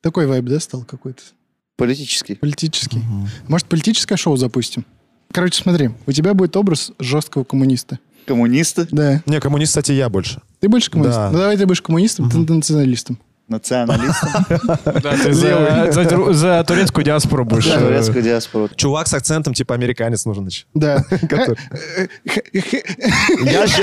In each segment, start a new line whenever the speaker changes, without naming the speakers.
Такой вайб, да, стал какой-то?
Политический.
Политический. Может, политическое шоу запустим? Короче, смотри, у тебя будет образ жесткого коммуниста.
Коммунисты.
Да.
Не, коммунист, кстати, я больше.
Ты будешь коммунистом?
Да.
Ну, давай ты будешь коммунистом, ты националистом.
Националисты.
Да, ты за, за тру- за турецкую диаспору будешь.
Да,
э,
турецкую диаспору.
Чувак с акцентом, типа американец нужен. значит.
Да. Э,
Который-
Я же...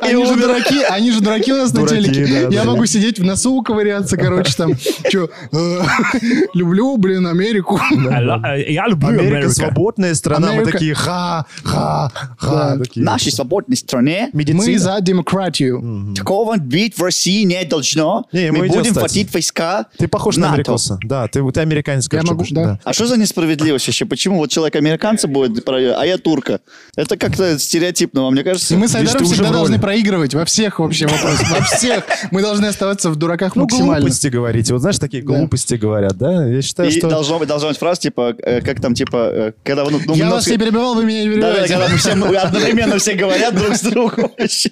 Они же дураки, они же дураки у нас на
Дураки,
телеке.
да,
Я
да.
могу сидеть в носу ковыряться, короче, там, чё, э, люблю, блин, Америку.
э, Я люблю
Америка свободная страна, мы
Америка-
такие ха, ха, ха.
Да.
такие.
В нашей свободной стране
Мы
Медицина.
за демократию.
такого быть в России не должно.
Не, мы
Мы
идем,
будем
кстати.
платить войска
Ты похож на
НАТО.
америкоса. Да, ты, ты американец, короче,
могу,
будешь,
да.
А что за несправедливость вообще? Почему вот человек американца будет, а я турка? Это как-то стереотипно, вам не кажется?
И мы с
Видишь,
Айдаром
ты уже
всегда
в
должны
роли.
проигрывать во всех вообще вопросах. Во всех. Мы должны оставаться в дураках
Ну,
максимально.
глупости говорите. Вот знаешь, такие глупости говорят, да? Я считаю,
И
что...
должно быть, должна быть фраза, типа, э, как там, типа, э, когда ну, ну,
Я
много-
вас не перебивал, вы меня не
Да, да,
перебиваете.
когда мы все мы одновременно все говорят друг с другом. вообще.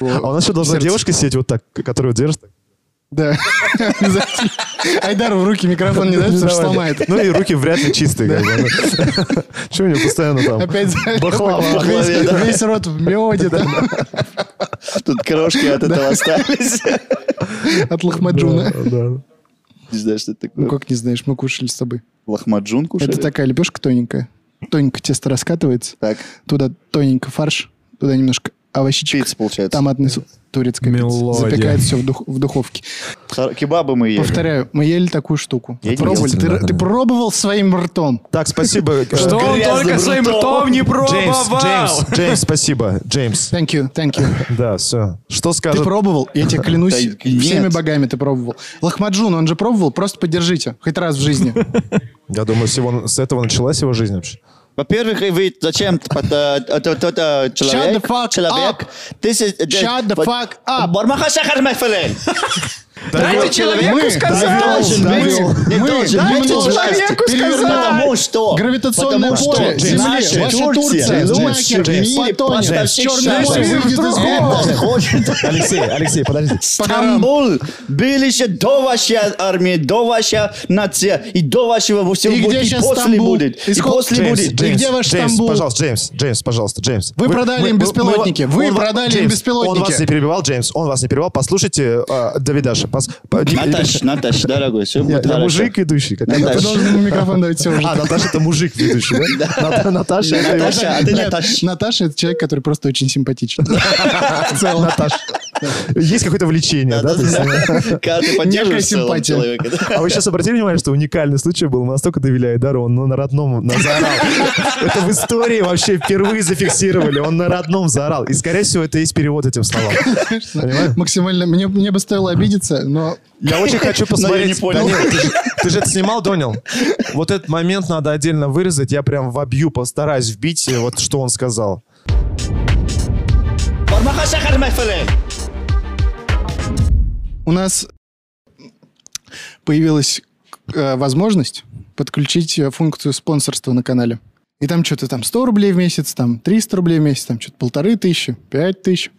А у нас еще должна
Сердце.
девушка сидеть вот так, которую держит.
Да, обязательно. Айдар в руки микрофон не дает, потому что сломает.
Ну и руки вряд ли чистые. как бы, ну. Чё у нее постоянно там?
Опять за-
Бахлава.
весь-
Бахлаве, да.
Весь рот в меде, там,
Тут крошки от этого остались.
от лохмаджуна.
Да.
Не знаю, что это
Ну
такое.
как не знаешь, мы кушали с тобой.
Лохмаджун кушали?
Это такая лепешка тоненькая. Тоненько тесто раскатывается,
Так,
туда тоненько фарш, туда немножко овощичек,
пицца получается.
томатный сок, турецкая пицца.
Мелодия.
Запекает все в, дух- в духовке.
Хар- Кебабы мы ели.
Повторяю, мы ели такую штуку.
Я не
Пробовали.
ел.
Ты, ты пробовал своим ртом.
Так, спасибо.
Что
Э,
он
Грязным
только своим
ртом.
ртом не
Джеймс,
пробовал.
Джеймс, Джеймс, спасибо. Джеймс.
Thank you, thank you.
Да, все. Что
Ты
скажет?
пробовал? Я тебе клянусь,
Да нет.
всеми богами ты пробовал. Лахмаджун, он же пробовал, просто поддержите. Хоть раз в жизни.
Я думаю, с его- с этого началась его жизнь вообще.
Во-первых, вы зачем т- э, т- т- т- т- т- человек?
the fuck
человек,
up.
This is-
Shut the
вот-
fuck up.
Бармаха Сахар Махфелель.
Дайте человеку
Мы
сказать.
должны,
Должен
да,
быть.
мы-
Не
мы дайте
должен. Дайте
человеку
власти.
сказать.
Потому что.
Гравитационное
потому что
поле
наша
Земли, ваша Турция,
Турция,
Лумакер,
Джеймс,
потонет,
Джеймс,
черное
Джеймс,
море
Джеймс,
выйдет из
Джеймс,
города.
хочет.
Алексей, Алексей, подожди.
Стамбул били еще до вашей армии, до вашей нации и до вашего всего
И
будет,
где
и
сейчас
после
Стамбул?
будет, и
Исход-
после
Джеймс,
будет.
Джеймс. И где ваш
Джеймс,
Стамбул?
пожалуйста, Джеймс, Джеймс, пожалуйста, Джеймс.
Вы продали им
мы-
беспилотники.
мы-
Вы
он-
продали им
Джеймс, Он
беспилотники.
вас не перебивал, Джеймс, он вас не перебивал. Послушайте э, Давидаша. пос- по- не-
Наташ, Наташ, дорогой, все
Я,
будет
я
хорошо.
мужик идущий. как-
Наташа.
Ты должен ему микрофон давать все уже.
А, Наташа это мужик ведущий, да? Ната- Наташа это его-
Наташа, а ты
Нет,
Наташ.
Наташа это человек, который просто очень симпатичен. В целом.
Наташа. Есть какое-то влечение, да? то есть, э,
Когда ты
Некая
поддерживаешь в целом
симпатия.
человека. да?
А вы сейчас обратили внимание, что уникальный случай был. Настолько довели Айдару, он на родном на- заорал. Это в истории вообще впервые зафиксировали. Он на родном заорал. И, скорее всего, это и есть перевод этим словам. Понимаешь?
Максимально. Мне, мне бы стоило обидеться, но
Я очень хочу
Но я не
посмотреть.
понял.
Да нет, ты, же, ты же это снимал, Донил? Вот этот момент надо отдельно вырезать. Я прям вобью, постараюсь вбить, э, вот что он сказал.
Бармаха Сахар Мехфеле.
у нас появилась э, возможность подключить э, функцию спонсорства на канале. И там что-то там 100 рублей в месяц, там 300 рублей в месяц, там что-то полторы тысячи, пять тысяч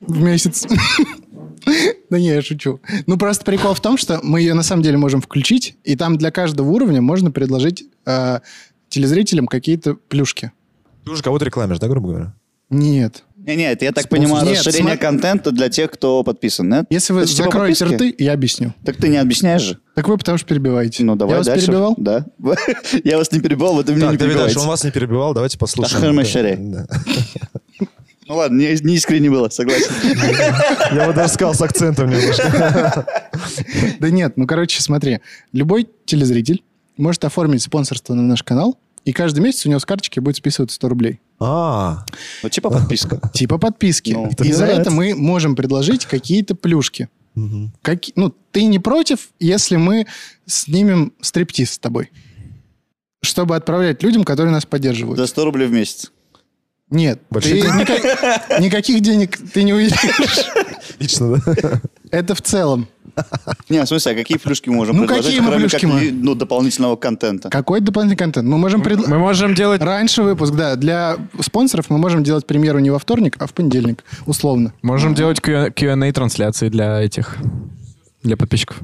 в месяц. Да не, я шучу. Ну, просто прикол в том, что мы ее на самом деле можем включить, и там для каждого уровня можно предложить э, телезрителям какие-то плюшки.
Ты уже кого-то рекламишь, да, грубо говоря?
Нет.
Не, не, это я так понимаю,
Нет,
расширение
сма-
контента для тех, кто подписан, нет?
Если вы
Это типа
закроете
подписки?
рты, я объясню.
Так ты не объясняешь же?
Так вы потому что перебиваете.
Ну, давай
я вас
дальше.
перебивал?
Да. Я вас не перебивал, вот вы меня не
Так, Давид Ильич,
перебиваете.
он вас не перебивал, давайте
Ахэр
послушаем.
Машаре.
Да.
Ну ладно, не не искренне было, согласен.
Я бы даже сказал с акцентом немножко.
Да нет, ну, короче, смотри. Любой телезритель может оформить спонсорство на наш канал, и каждый месяц у него с карточки будет списываться 100 рублей.
А,
Вот типа подписка.
Типа подписки.
Ну,
это
и
мне
за это
нравится.
мы можем предложить какие-то плюшки.
мгм.
Каки- Ну, ты не против, если мы снимем стриптиз с тобой? Чтобы отправлять людям, которые нас поддерживают.
За 100 рублей в месяц.
Нет,
Большие
ты никак- никаких денег ты не увидишь.
лично, да?
Это в целом.
Не, в смысле, а какие плюшки мы можем
Ну,
предложить,
какие мы
кроме
плюшки
как,
мы?
и, ну, дополнительного контента?
Какой дополнительный контент? Мы можем предла-
Мы можем делать...
Раньше выпуск, да. Для спонсоров мы можем делать премьеру не во вторник, а в понедельник, условно.
Можем делать Q&A-трансляции для этих. для подписчиков.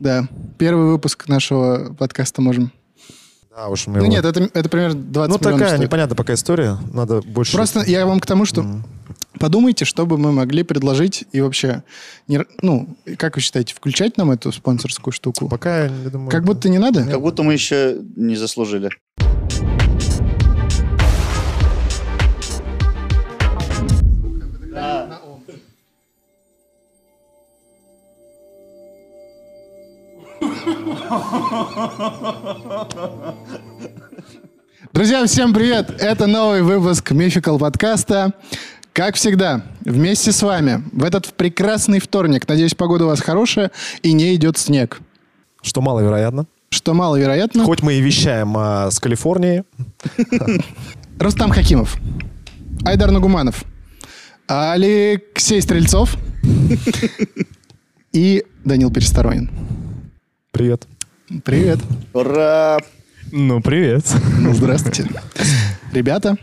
Да. Первый выпуск нашего подкаста можем.
Да уж, мы
Ну
его-
нет, это, это примерно 20
Ну
миллионов
такая
стоит.
непонятная пока история. Надо больше...
Просто я вам к тому, что подумайте, что бы мы могли предложить и вообще, не р- ну, как вы считаете, включать нам эту спонсорскую штуку?
Пока, я думаю...
Как будто не надо?
Как будто мы еще не заслужили.
Друзья, всем привет! Это новый выпуск Мификал подкаста. Как всегда, вместе с вами в этот прекрасный вторник. Надеюсь, погода у вас хорошая и не идет снег.
Что маловероятно.
Что маловероятно.
Хоть мы и вещаем а, с Калифорнии.
Рустам Хакимов, Айдар Нагуманов, Алексей Стрельцов и Данил Пересторонин.
Привет.
Привет.
Ура!
Ну, привет.
Ну, Здравствуйте. Ребята,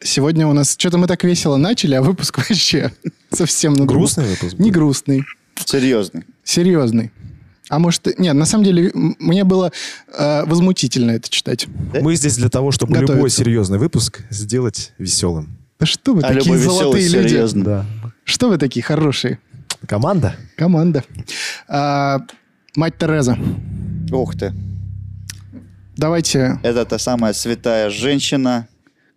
сегодня у нас... Что-то мы так весело начали, а выпуск вообще совсем... на другом.
Грустный выпуск был?
Не грустный.
Серьезно.
Серьезный. А может, и- нет, на самом деле, м- мне было э, возмутительно это читать.
Мы здесь для того, чтобы любой
Готовится.
серьезный выпуск сделать веселым.
Да что вы
А
такие
любой веселый,
золотые люди?
серьезный.
Да.
Что вы такие хорошие?
Команда?
Команда. А, мать Тереза,
Ух ты.
давайте...
Это та самая святая женщина,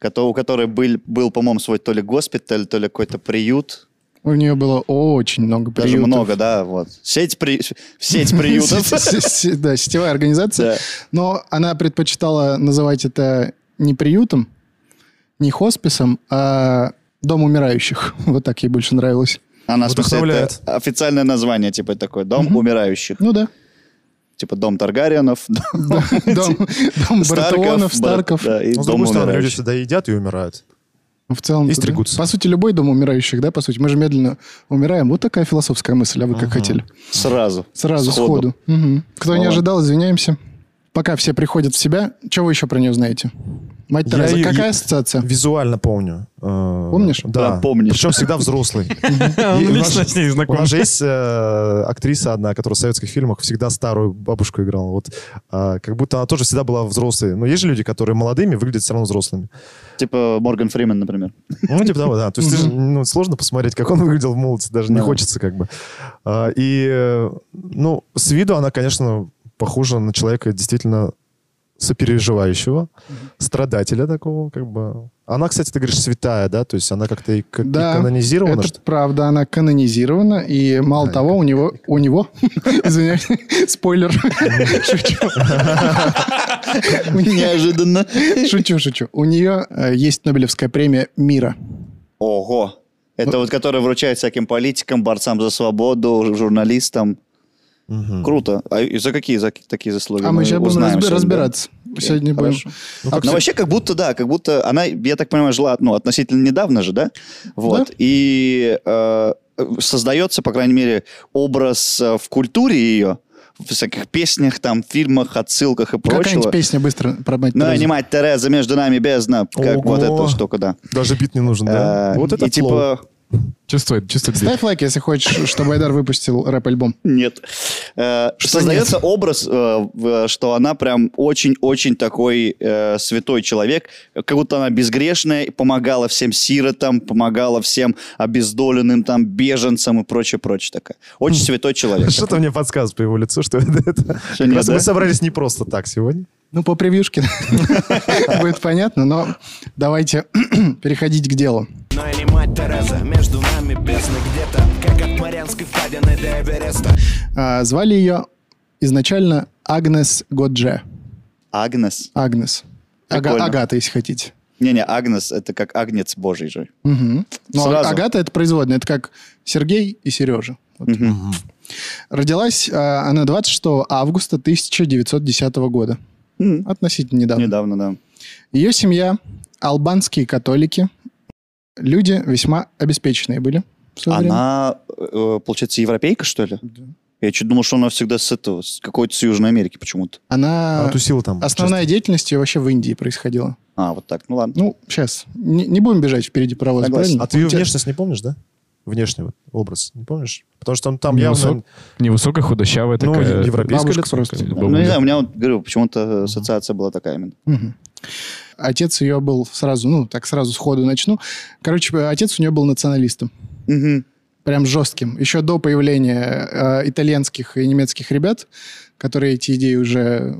кото- у которой был, был по-моему, свой то ли госпиталь, то ли какой-то приют.
У нее было очень много
Даже
приютов.
много, да, вот. Сеть, при... Сеть приютов.
Се- се- се- Да, сетевая организация.
Да.
Но она предпочитала называть это не приютом, не хосписом, а дом умирающих. Вот так ей больше нравилось.
Она, в смысле,
Вдохновляет.
это официальное название, типа, такой дом умирающих.
Ну да.
Типа, дом Таргариенов, дом
Дом, дом Баратеонов,
Старков.
Старков.
да, и
Ну, с
дом
другой стороны, люди
умирающих.
всегда едят и умирают.
Ну, В целом,
И
да.
стригутся.
По сути, любой дом умирающих, да, по сути. Мы же медленно умираем. Вот такая философская мысль, а вы как хотели.
Сразу.
Сразу,
Сходу.
сходу. Мгм. Кто не
Ладно.
ожидал, извиняемся. Пока все приходят в себя. Чего вы еще про нее знаете? Мать
Я
Тереза,
её-
какая
я-
ассоциация?
Визуально помню.
Помнишь?
Помнишь? Да.
Да, помнишь.
Причем всегда взрослый.
Он
И у
лично
нас-
с ней
У
знаком.
нас же есть э, актриса одна, которая в советских фильмах всегда старую бабушку играла. Вот, а, как будто она тоже всегда была взрослой. Но есть же люди, которые молодыми выглядят все равно взрослыми.
Типа Морган Фримен, например.
Ну, типа того, да. То есть ты же, ну, сложно посмотреть, как он выглядел в молодости, даже не
Да.
хочется как бы. А, И, э, ну, с виду она, конечно, похожа на человека действительно сопереживающего, страдателя такого, как бы. Она, кстати, ты говоришь, святая, да? То есть она как-то и к- и
Да,
канонизирована,
Это
что ли?
правда, она канонизирована, и мало
Да,
того, у него, у него, извиняюсь, спойлер,
Неожиданно.
шучу, шучу, у нее э, есть Нобелевская премия мира.
Ого.
Ну.
Это вот, которая вручает всяким политикам, борцам за свободу, журналистам.
Мгм.
Круто. А и за какие за какие заслуги?
А мы сейчас будем
узнаем
разби-
сегодня,
разбираться. Сегодня будем... А,
Хорошо.
Ну,
да?
кстати,
Но вообще, как будто, да, как будто она, я так понимаю, жила ну, относительно недавно же, да? Вот.
Да.
И э, создается, по крайней мере, образ э, в культуре ее, в всяких песнях, там, фильмах, отсылках и прочего.
Какая-нибудь песня быстро про мать
Ну, и
Терезу.
не мать Тереза, между нами бездна. Как
Ого.
вот эта штука, да.
Даже бит не нужен, да?
Э,
Вот это
и
флоу.
типа,
Чувствует, чувствует. бит.
Ставь лайк, если хочешь, чтобы Айдар выпустил рэп-альбом.
Нет. Э, Создается образ, э, в- что она прям очень-очень такой э, святой человек, как будто она безгрешная, и помогала всем сиротам, помогала всем обездоленным там беженцам и прочее-прочее такая. Очень святой человек.
Что-то мне подсказывает по его лицу, что это... это-
Что,
Как
нет,
раз
да?
Мы собрались не просто так сегодня.
Ну, по превьюшке будет понятно, но давайте переходить к делу.
Но и не мать Тереза, между нами бездны где-то Как от Марианской впадины до Эвереста
А, Звали ее изначально Агнес Годже.
Агнес.
Агнес. Ага-
Прикольно.
Агата, если хотите.
Не-не, Агнес — это как Агнец Божий же.
Мгм. Ну, а-
Сразу.
Агата это производная, это как Сергей и Сережа. Вот. Родилась э, она 26 августа 1910 года.
М,
Относительно недавно.
Недавно, да.
Ее семья албанские католики. Люди весьма обеспеченные были. в своё время.
Она, э, получается, европейка, что ли? Я чуть думал, что она всегда с этого, с какой-то с Южной Америки почему-то.
Она...
Она А, тусила там.
Основная деятельность ее вообще в Индии происходила.
А, вот так, ну ладно.
Ну, сейчас. Не, не будем бежать впереди паровоза,
Согласен.
правильно?
А ты ее
У тебя-
внешность не помнишь, да? внешний вот образ, не помнишь? Потому что он там явно...
Невысок- Невысокая, худощавая
Ну,
такая.
европейское
бабушка
лицо.
просто.
конечно.
Ну, не знаю, у меня, вот, говорю, почему-то ассоциация была такая именно.
Мгм. Отец ее был сразу, ну, так сразу сходу начну. Короче, отец у нее был националистом.
Мгм.
Прям жестким. Еще до появления э, итальянских и немецких ребят, которые эти идеи уже э,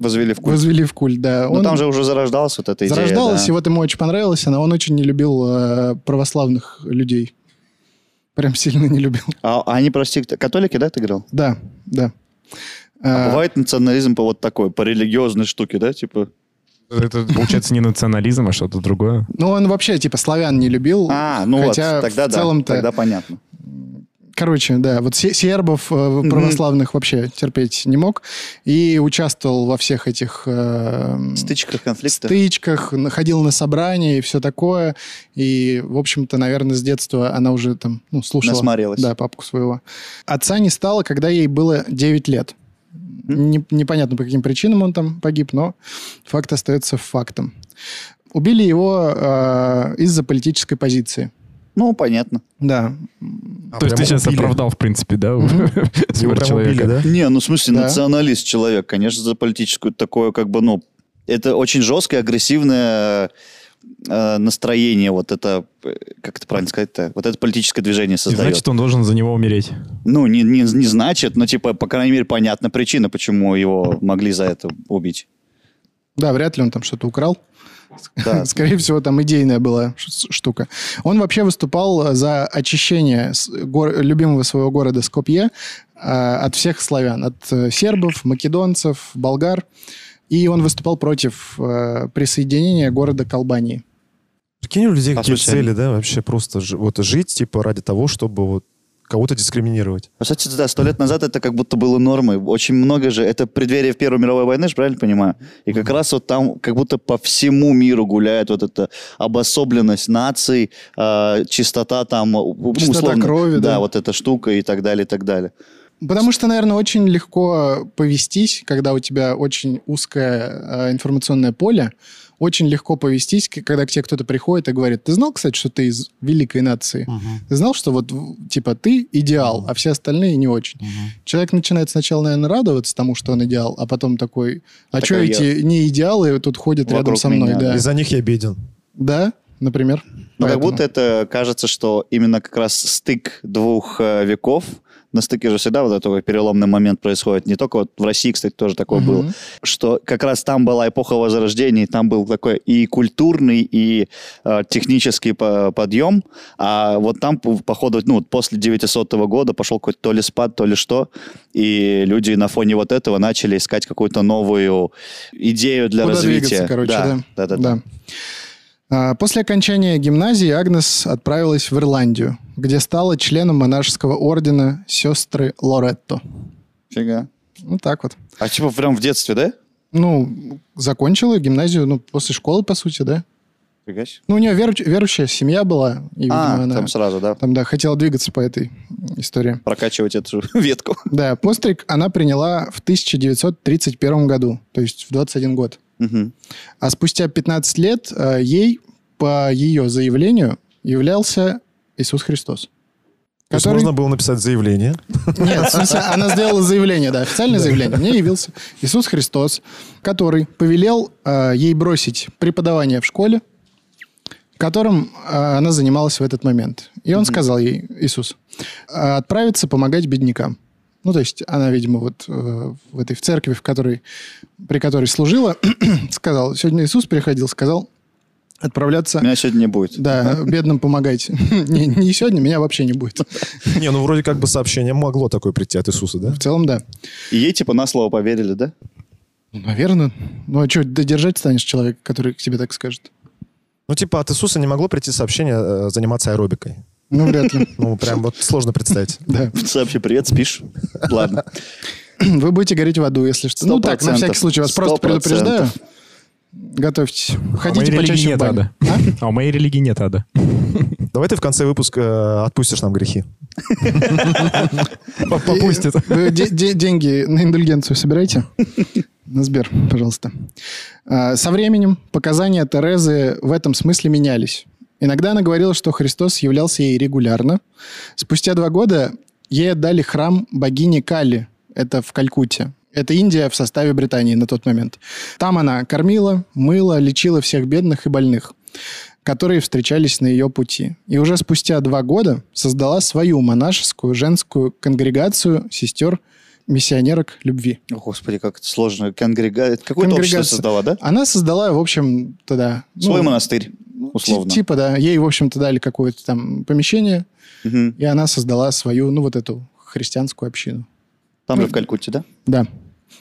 Возвели в культ.
возвели в культ, да.
Ну, там же уже зарождалась вот эта идея.
зарождалась,
да.
и вот ему очень понравилось. Она, он очень не любил э, православных людей. Прям сильно не любил.
А, а они, прости, кто- католики, да, ты говорил?
Да, да.
А
Э,
бывает национализм по вот такой, по религиозной штуке, да, типа?
Это, получается, не национализм, а что-то другое.
Ну, он вообще, типа, славян не любил.
А, ну
хотя
вот, тогда
в
да,
целом-то...
тогда понятно.
Короче, да, вот се- сербов э,
Мгм.
православных вообще терпеть не мог. И участвовал во всех этих... э,
В стычках, конфликтах.
стычках, на- ходил на собрания и все такое. И, в общем-то, наверное, с детства она уже там, ну, слушала.
Насмотрелась.
Да, папку своего. Отца не стало, когда ей было 9 лет. Не- непонятно, по каким причинам он там погиб, но факт остается фактом. Убили его э, из-за политической позиции.
Ну, понятно.
Да.
А,
То есть ты
прям
сейчас
убили.
оправдал, в принципе, да,
Его
смерть
прям убили,
человека.
да?
Не, ну в смысле,
Да.
националист человек, конечно, за политическую такое, как бы, ну, это очень жесткое, агрессивное э, настроение, вот это, э, как это правильно сказать-то, вот это политическое движение
И
создает.
значит, он должен за него умереть.
Ну, не, не, не значит, но, типа, по крайней мере, понятна причина, почему его могли за это убить.
Да, вряд ли он там что-то украл.
Да.
Скорее всего, там идейная была ш- штука. Он вообще выступал э, за очищение с- гор- любимого своего города Скопье э, от всех славян, от э, сербов, македонцев, болгар. И он выступал против э, присоединения города к Албании.
Прикинь, у людей
А,
какие
слушай,
цели, да, вообще просто жи- вот жить, типа, ради того, чтобы вот кого-то дискриминировать.
Кстати, да, сто лет назад это как будто было нормой. Очень много же. Это преддверие в Первой мировой войны, же правильно понимаю? И как раз вот там как будто по всему миру гуляет вот эта обособленность наций, э, чистота там... у- у-
Чистота крови, да.
Да, вот эта штука и так далее, и так далее.
Потому что, наверное, очень легко повестись, когда у тебя очень узкое э, информационное поле, очень легко повестись, к- когда к тебе кто-то приходит и говорит, ты знал, кстати, что ты из великой нации? Ты знал, что вот, в- типа, ты идеал, а все остальные не очень? Человек начинает сначала, наверное, радоваться тому, что он идеал, а потом такой, а
Так,
что
а я-
эти не идеалы тут ходят
Вокруг
рядом со мной?
меня,
Да.
Из-за них я беден.
да, например.
Но Ну, как
Поэтому.
будто это кажется, что именно как раз стык двух э, веков, на стыке же всегда вот такой переломный момент происходит. Не только вот в России, кстати, тоже такое
Мгм.
было. Что как раз там была эпоха Возрождения, и там был такой и культурный, и э, технический по- подъем. А вот там, по- походу, ну, вот после 900 года пошел какой-то то ли спад, то ли что. И люди на фоне вот этого начали искать какую-то новую идею для
Куда
развития.
двигаться, короче, да.
да, да. да.
Да. А, После окончания гимназии Агнес отправилась в Ирландию, где стала членом монашеского ордена сестры Лоретто.
Фига.
Ну, так вот.
А типа прям в детстве, да?
Ну, закончила гимназию, ну, после школы, по сути, да?
Фига себе.
Ну, у нее веру- верующая семья была, и, видимо,
А,
она
там сразу, да.
там, да, хотела двигаться по этой истории.
Прокачивать эту ветку.
Да, постриг она приняла в 1931 году, то есть в 21 год.
Мгм.
А спустя 15 лет э, ей, по ее заявлению, являлся Иисус Христос.
То есть
Который-
можно было написать заявление.
Нет, в смысле, она сделала заявление, да, официальное заявление. Мне явился Иисус Христос, который повелел э, ей бросить преподавание в школе, которым э, она занималась в этот момент. И он сказал ей, Иисус, э, отправиться помогать беднякам. Ну, то есть она, видимо, вот э, в этой в церкви, в которой, при которой служила, сказал, сегодня Иисус приходил, сказал отправляться...
Меня сегодня не будет.
Да, бедным помогать. Не, не сегодня, меня вообще не будет.
Не, ну вроде как бы сообщение могло такое прийти от Иисуса, да?
В целом, да.
И ей типа на слово поверили, да?
Наверное. Ну, а что, додержать станешь человека, который к тебе так скажет?
Ну типа от Иисуса не могло прийти сообщение э, заниматься аэробикой.
Ну, вряд ли.
Ну прям вот сложно представить.
Да.
Сообщи, привет, спишь? Ладно.
Вы будете гореть в аду, если что. Ну, так, на
100%.
всякий случай, вас просто
100%.
предупреждаю. Готовьтесь.
А у моей
Ходите
религии
почаще в
нет
баню.
ада. А у моей религии нет ада.
Давай ты в конце выпуска э, отпустишь нам грехи.
Э, Попустит.
Вы де- де- деньги на индульгенцию собираете? На Сбер, Э, пожалуйста. А, Со временем показания Терезы в этом смысле менялись. Иногда она говорила, что Христос являлся ей регулярно. Спустя два года ей отдали храм богини Кали. Это в Калькутте. Это Индия в составе Британии на тот момент. Там она кормила, мыла, лечила всех бедных и больных которые встречались на ее пути. И уже спустя два года создала свою монашескую женскую конгрегацию сестер миссионерок любви.
О, Господи, как это сложно. Конгрега... это Какое-то общество
Конгрегация.
создала, да?
Она создала, в общем, тогда... ну,
Свой монастырь, условно.
ти- Типа, да. Ей, в общем-то, дали какое-то там помещение,
Мгм.
и она создала свою, ну, вот эту христианскую общину.
Там
Ну
же в Калькутте, да?
Да.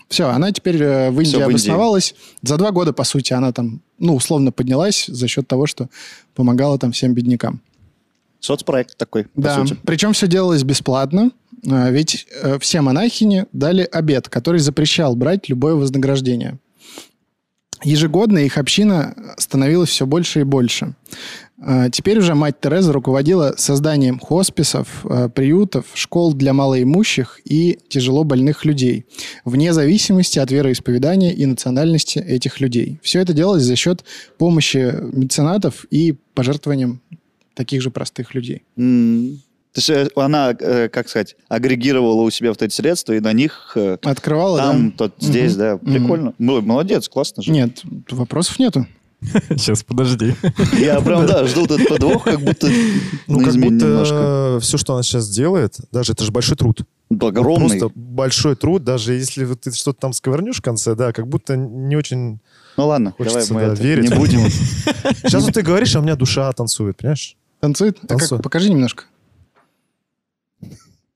Все, она теперь э, в Индии
в Индии.
обосновалась. За два года, по сути, она там, ну, условно поднялась за счет того, что помогала там всем беднякам.
Соцпроект такой, по
Да,
сути.
причем все делалось бесплатно, а, ведь э, все монахини дали обед, который запрещал брать любое вознаграждение. Ежегодно их община становилась все больше и больше. А, Теперь уже мать Тереза руководила созданием хосписов, э, приютов, школ для малоимущих и тяжело больных людей, вне зависимости от вероисповедания и национальности этих людей. Все это делалось за счет помощи меценатов и пожертвованием таких же простых людей.
М. То есть э, она, э, как сказать, агрегировала у себя вот эти средства, и на них э,
Открывала,
там,
да?
тот, здесь, да. Прикольно. Ну, Молодец, классно же.
Нет, вопросов нету.
Сейчас, подожди.
Я прям, да, жду этот подвох, как будто
Ну,
на
как
измене
будто
немножко.
все, что она сейчас делает, даже это же большой труд.
Огромный.
Просто большой труд, даже если вот ты что-то там сковырнешь в конце, да, как будто не очень...
Ну ладно,
Хочется,
давай мы
да,
это
верить.
не будем.
Сейчас вот ты говоришь, а у меня душа танцует, понимаешь?
Танцует? А как?
Танцует.
покажи немножко.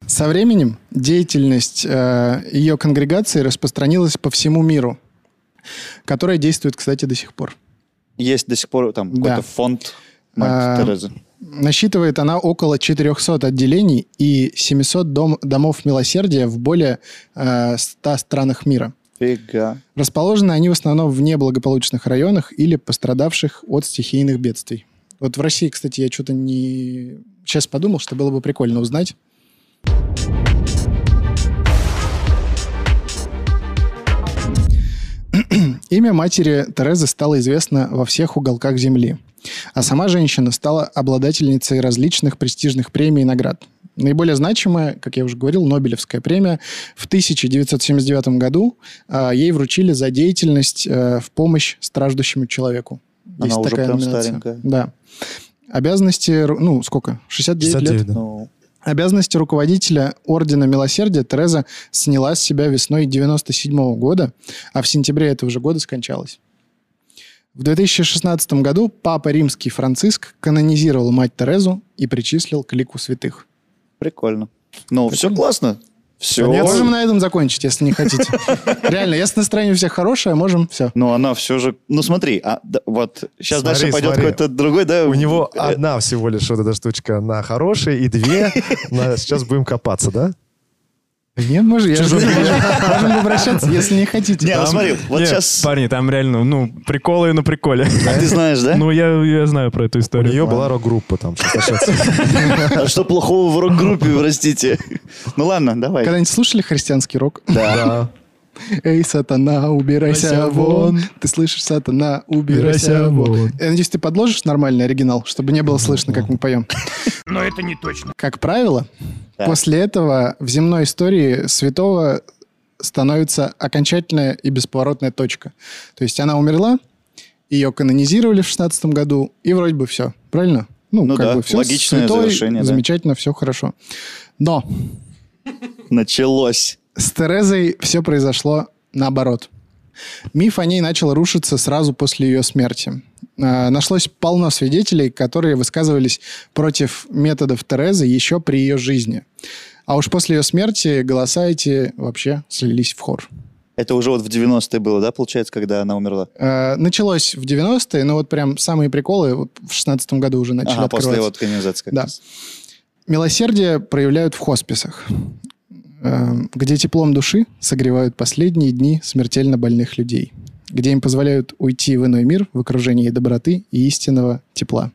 Со временем деятельность э, ее конгрегации распространилась по всему миру, которая действует, кстати, до сих пор.
Есть до сих пор там
Да.
какой-то фонд Мать
А,
Терезы.
Насчитывает она около 400 отделений и 700 дом- домов милосердия в более э, 100 странах мира.
Фига.
Расположены они в основном в неблагополучных районах или пострадавших от стихийных бедствий. Вот в России, кстати, я что-то не... Сейчас подумал, что было бы прикольно узнать. Имя матери Терезы стало известно во всех уголках Земли. А сама женщина стала обладательницей различных престижных премий и наград. Наиболее значимая, как я уже говорил, Нобелевская премия. В 1979 году а, ей вручили за деятельность э, в помощь страждущему человеку.
Она уже прям старенькая.
Да. Обязанности, ру- ну, сколько? 69, лет?
69, да.
Ну,
Обязанности руководителя Ордена Милосердия Тереза сняла с себя весной 97 года, а в сентябре этого же года скончалась. В 2016 году папа римский Франциск канонизировал мать Терезу и причислил к лику святых.
прикольно. Ну, все классно. Все.
Конец.
Можем на этом закончить, если не хотите. Реально, если настроение у всех хорошее, можем все.
Но она все же... Ну, смотри, а, да, вот сейчас
Смотри,
дальше пойдет
смотри.
какой-то другой, да?
У него одна всего лишь вот эта штучка на хорошие и две. на- Сейчас будем копаться, да?
Нет, можем, я же
Чужой.
говорю, можем обращаться, если не хотите.
Не, ну
Там-
смотри, вот
Нет,
сейчас...
Парни, там реально, ну, приколы на приколе.
А ты знаешь, да?
Ну, я, я знаю про эту
У
историю.
нее была рок-группа там. сейчас начнется.
А что плохого в рок-группе, простите? Ну ладно, давай.
Когда-нибудь слушали христианский рок?
Да.
Эй, сатана, убирайся
Убирайся
вон.
вон.
Ты слышишь, сатана, убирайся
Убирайся
вон.
вон.
Я надеюсь, ты подложишь нормальный оригинал, чтобы не было слышно, как мы поем. Но это не точно. Как правило,
Так.
после этого в земной истории святого становится окончательная и бесповоротная точка. То есть она умерла, ее канонизировали в 16 году, и вроде бы все. Правильно?
Ну
как
да,
бы все.
логичное завершение, да.
Замечательно, все хорошо. Но
Началось.
с Терезой все произошло наоборот. Миф о ней начал рушиться сразу после ее смерти. Э, Нашлось полно свидетелей, которые высказывались против методов Терезы еще при ее жизни. А уж после ее смерти голоса эти вообще слились в хор.
Это уже вот в 90-е было, да, получается, когда она умерла?
Э, Началось в 90-е, но вот прям самые приколы вот в 16 году уже начали
Ага,
открываться.
после вот канонизации как
Да.
раз.
Милосердие проявляют в хосписах, э, где теплом души согревают последние дни смертельно больных людей, где им позволяют уйти в иной мир в окружении доброты и истинного тепла.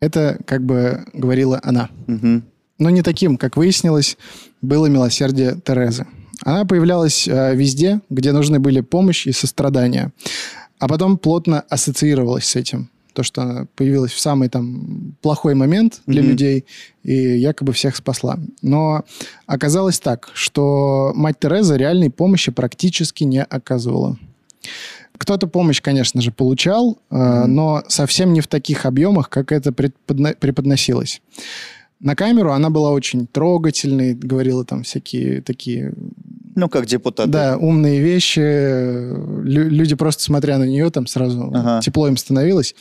Это, как бы говорила она.
Мгм.
Но не таким, как выяснилось, было милосердие Терезы. Она появлялась э, везде, где нужны были помощь и сострадание, а потом плотно ассоциировалась с этим. То, что она появилась в самый там плохой момент для
Мгм.
людей и якобы всех спасла. Но оказалось так, что мать Тереза реальной помощи практически не оказывала. Кто-то помощь, конечно же, получал, э, но совсем не в таких объемах, как это предподно- преподносилось. На камеру она была очень трогательной, говорила там всякие такие
Ну, как депутат.
да, умные вещи. Лю- люди просто, смотря на нее, там сразу
Ага.
тепло им становилось.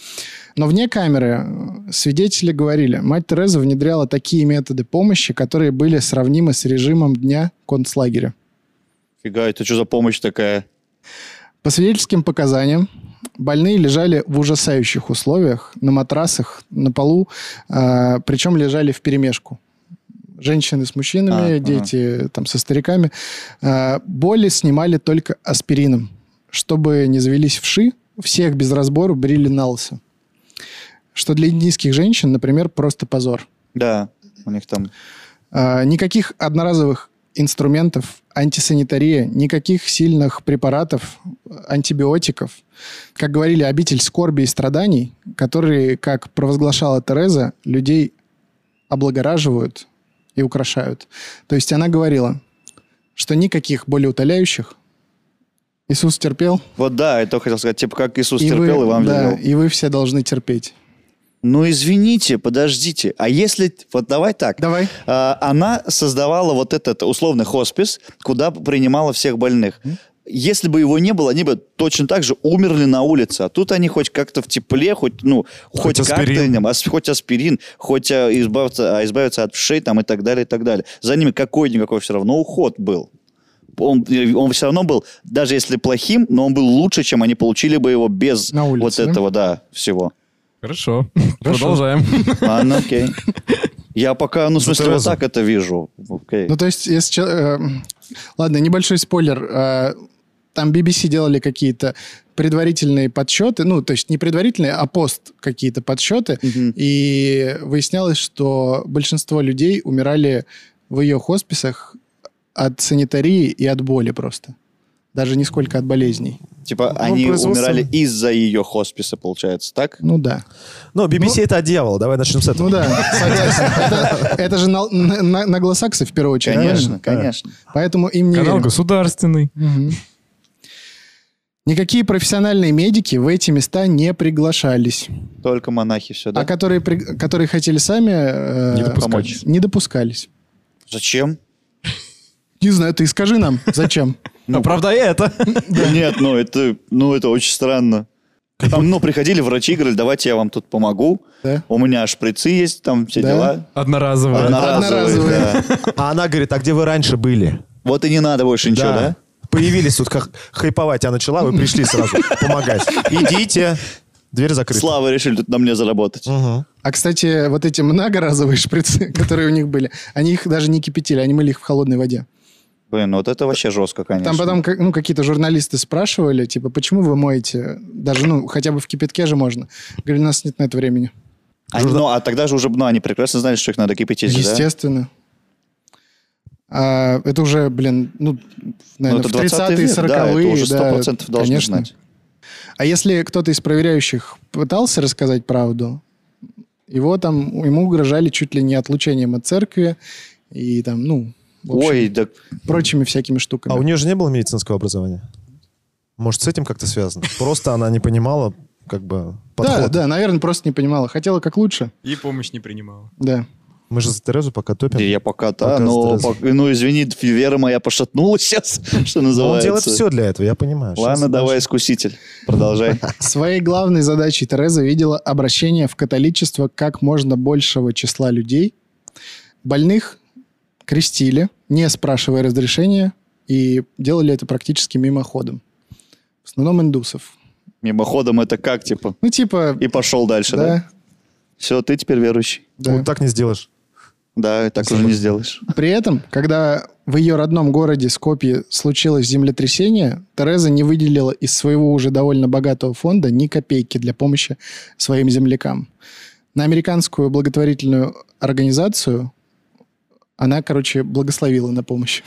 Но вне камеры э, свидетели говорили, мать Тереза внедряла такие методы помощи, которые были сравнимы с режимом дня концлагеря.
Фига, это что за помощь такая?
По свидетельским показаниям, больные лежали в ужасающих условиях, на матрасах, на полу, э, причем лежали в перемешку. Женщины с мужчинами,
А, ага.
дети там со стариками. Э, боли снимали только аспирином. Чтобы не завелись вши, всех без разбору брили на лысо. Что для индийских женщин, например, просто позор.
Да, у них там...
А, Никаких одноразовых инструментов, антисанитария, никаких сильных препаратов, антибиотиков. Как говорили, обитель скорби и страданий, которые, как провозглашала Тереза, людей облагораживают и украшают. То есть она говорила, что никаких болеутоляющих Иисус терпел,
Вот да, это хотел сказать, типа, как Иисус
и,
терпел
вы,
и вам
да,
велел.
и вы все должны терпеть.
Ну, извините, подождите. А если... Вот давай так.
Давай.
А, Она создавала вот этот условный хоспис, куда принимала всех больных. Если бы его не было, они бы точно так же умерли на улице. А тут они хоть как-то в тепле, хоть, ну, хоть,
Хоть
аспирин.
аспирин.
хоть аспирин, хоть а, избавиться, а, избавиться от вшей там и так далее, и так далее. За ними какой-никакой все равно уход был. Он, он все равно был, даже если плохим, но он был лучше, чем они получили бы его без
На улице,
вот
да?
этого, да, всего.
Хорошо. Продолжаем.
Ладно, окей. Я пока, ну, в смысле, вот
Терезу.
так это вижу. Окей.
Ну, то есть, если... чел- э, ладно, небольшой спойлер. Э, там BBC делали какие-то предварительные подсчеты, ну, то есть не предварительные, а пост какие-то подсчеты,
Мгм.
и выяснялось, что большинство людей умирали в ее хосписах от санитарии и от боли просто. Даже не сколько от болезней.
Типа,
Ну,
они
производственно.
умирали из-за ее хосписа, получается, так?
Ну да.
Ну, BBC это от дьявола, давай начнем с этого.
Ну да, соответственно. Это, это же на, на, наглосаксы в первую очередь.
Конечно,
правильно?
конечно.
Поэтому им не
Канал
верим.
государственный.
Мгм. Никакие профессиональные медики в эти места не приглашались,
Только монахи все, да?
а которые, при- которые хотели сами э,
Не допускались.
помочь, не допускались.
Зачем?
Не знаю, ты скажи нам, зачем?
А правда это.
Нет, ну это, ну это очень странно. Там, ну, приходили врачи, говорили, давайте я вам тут помогу.
Да.
У меня шприцы есть, там все
Да.
дела.
Одноразовое.
Одноразовые.
Одноразовые.
да.
А она говорит, а где вы раньше были?
Вот и не надо больше ничего, да?
Появились тут, как хайповать я начала, вы пришли сразу помогать. Идите. Дверь закрыта.
Слава решили тут на мне заработать.
Мгм.
А, кстати, вот эти многоразовые шприцы, которые у них были, они их даже не кипятили, они мыли их в холодной воде.
Блин, вот это вообще жестко, конечно.
Там потом как- ну, какие-то журналисты спрашивали, типа, почему вы моете? Даже, ну, хотя бы в кипятке же можно. Говорю, у нас нет на это времени.
Они- ну, а тогда же уже, ну, они прекрасно знали, что их надо кипятить, же, да?
Естественно. А, это уже, блин, ну,
Ну,
наверное,
это
в
20
30-е,
век,
40-е.
да, это уже 100%
да,
должны
конечно.
знать.
А если кто-то из проверяющих пытался рассказать правду, его там, ему угрожали чуть ли не отлучением от церкви и там, ну, в общем,
Ой, да
прочими всякими штуками.
А у нее же не было медицинского образования? Может, с этим как-то связано? Просто она не понимала, как бы,
да,
подход.
да, наверное, просто не понимала. Хотела как лучше,
И помощь не принимала.
да.
Мы же за Терезу пока топим.
Я пока да,
Пока
но
стресс.
пок- ну извини, вера моя пошатнулась сейчас, что
Он
называется.
делает все для этого, я понимаю. Сейчас
Ладно,
наш-
давай, искуситель, продолжай.
Своей главной задачей Тереза видела обращение в католичество как можно большего числа людей. Больных крестили, не спрашивая разрешения, и делали это практически мимоходом. В основном индусов.
Мимоходом это как, типа?
Ну, типа,
И пошел дальше, да?
да,
Все, ты теперь верующий.
да.
Вот так не сделаешь.
Да, так уже не сделаешь.
При этом, когда в ее родном городе Скопье случилось землетрясение, Тереза не выделила из своего уже довольно богатого фонда ни копейки для помощи своим землякам. На американскую благотворительную организацию она, короче, благословила на помощь.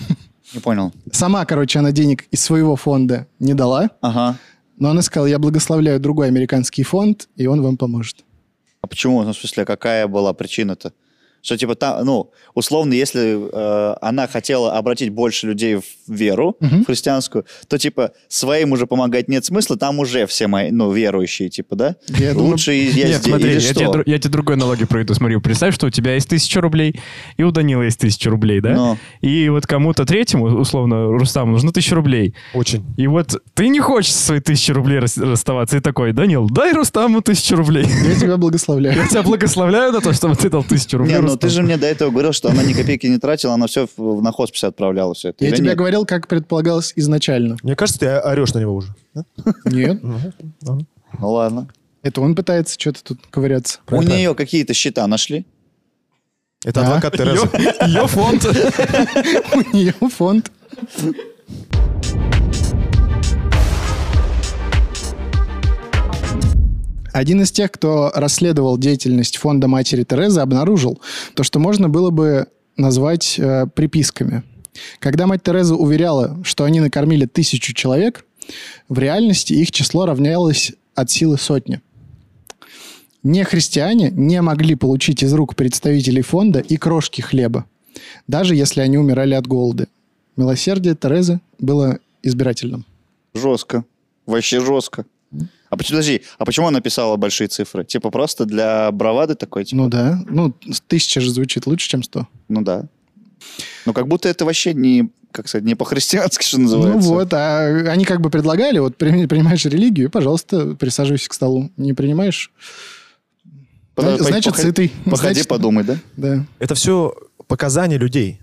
Не понял.
Сама, короче, она денег из своего фонда не дала,
Ага.
Но она сказала, я благословляю другой американский фонд, и он вам поможет.
А почему? Ну, в смысле, а какая была причина-то? Что, типа, там, ну, условно, если э, она хотела обратить больше людей в веру
Мгм.
в христианскую, то, типа, своим уже помогать нет смысла, там уже все мои, ну, верующие, типа, да?
Я думаю-
Лучше и я
Нет,
здесь,
смотри,
или
я тебе,
что?
дру- я тебе другой налоги проведу. Смотри, представь, что у тебя есть тысяча рублей, и у Данила есть тысяча рублей, да?
Ну.
И вот кому-то третьему, условно, Рустаму, нужно тысяча рублей.
Очень.
И вот ты не хочешь со своей тысячи рублей рас- расставаться, и такой, Данил, дай Рустаму тысячу рублей.
Я тебя благословляю.
Я тебя благословляю на то, чтобы ты дал тысячу рублей
Не, ну
Рустаму.
ты же мне до этого говорил, что она ни копейки не тратила, она все в- в- на хоспис отправляла все это.
Я
или
тебе
нет?
говорил, как предполагалось изначально.
Мне кажется, ты орешь на него уже. да?
Нет,
Ну ладно.
это он пытается что-то тут ковыряться.
У нее какие-то счета нашли?
Это
Да.
адвокат Терезы.
Ее фонд.
У нее фонд. Один из тех, кто расследовал деятельность фонда матери Терезы, обнаружил то, что можно было бы назвать э, приписками. Когда мать Тереза уверяла, что они накормили тысячу человек, в реальности их число равнялось от силы сотни. Не христиане не могли получить из рук представителей фонда и крошки хлеба, даже если они умирали от голода. Милосердие Терезы было избирательным.
Жестко. Вообще жестко. А почему, подожди, а почему она писала большие цифры? Типа просто для бравады такой, типа,
Ну да, ну с- тысяча же звучит лучше, чем сто.
ну да. Ну как будто это вообще не, как сказать, не по-христиански, что
Ну
называется.
вот, а они как бы предлагали, вот прими- принимаешь религию, пожалуйста, присаживайся к столу. Не принимаешь?
Подо-
Зна- значит,
походи-
сытый.
Походи,
Значит,
подумай, да?
Да.
Это все показания людей.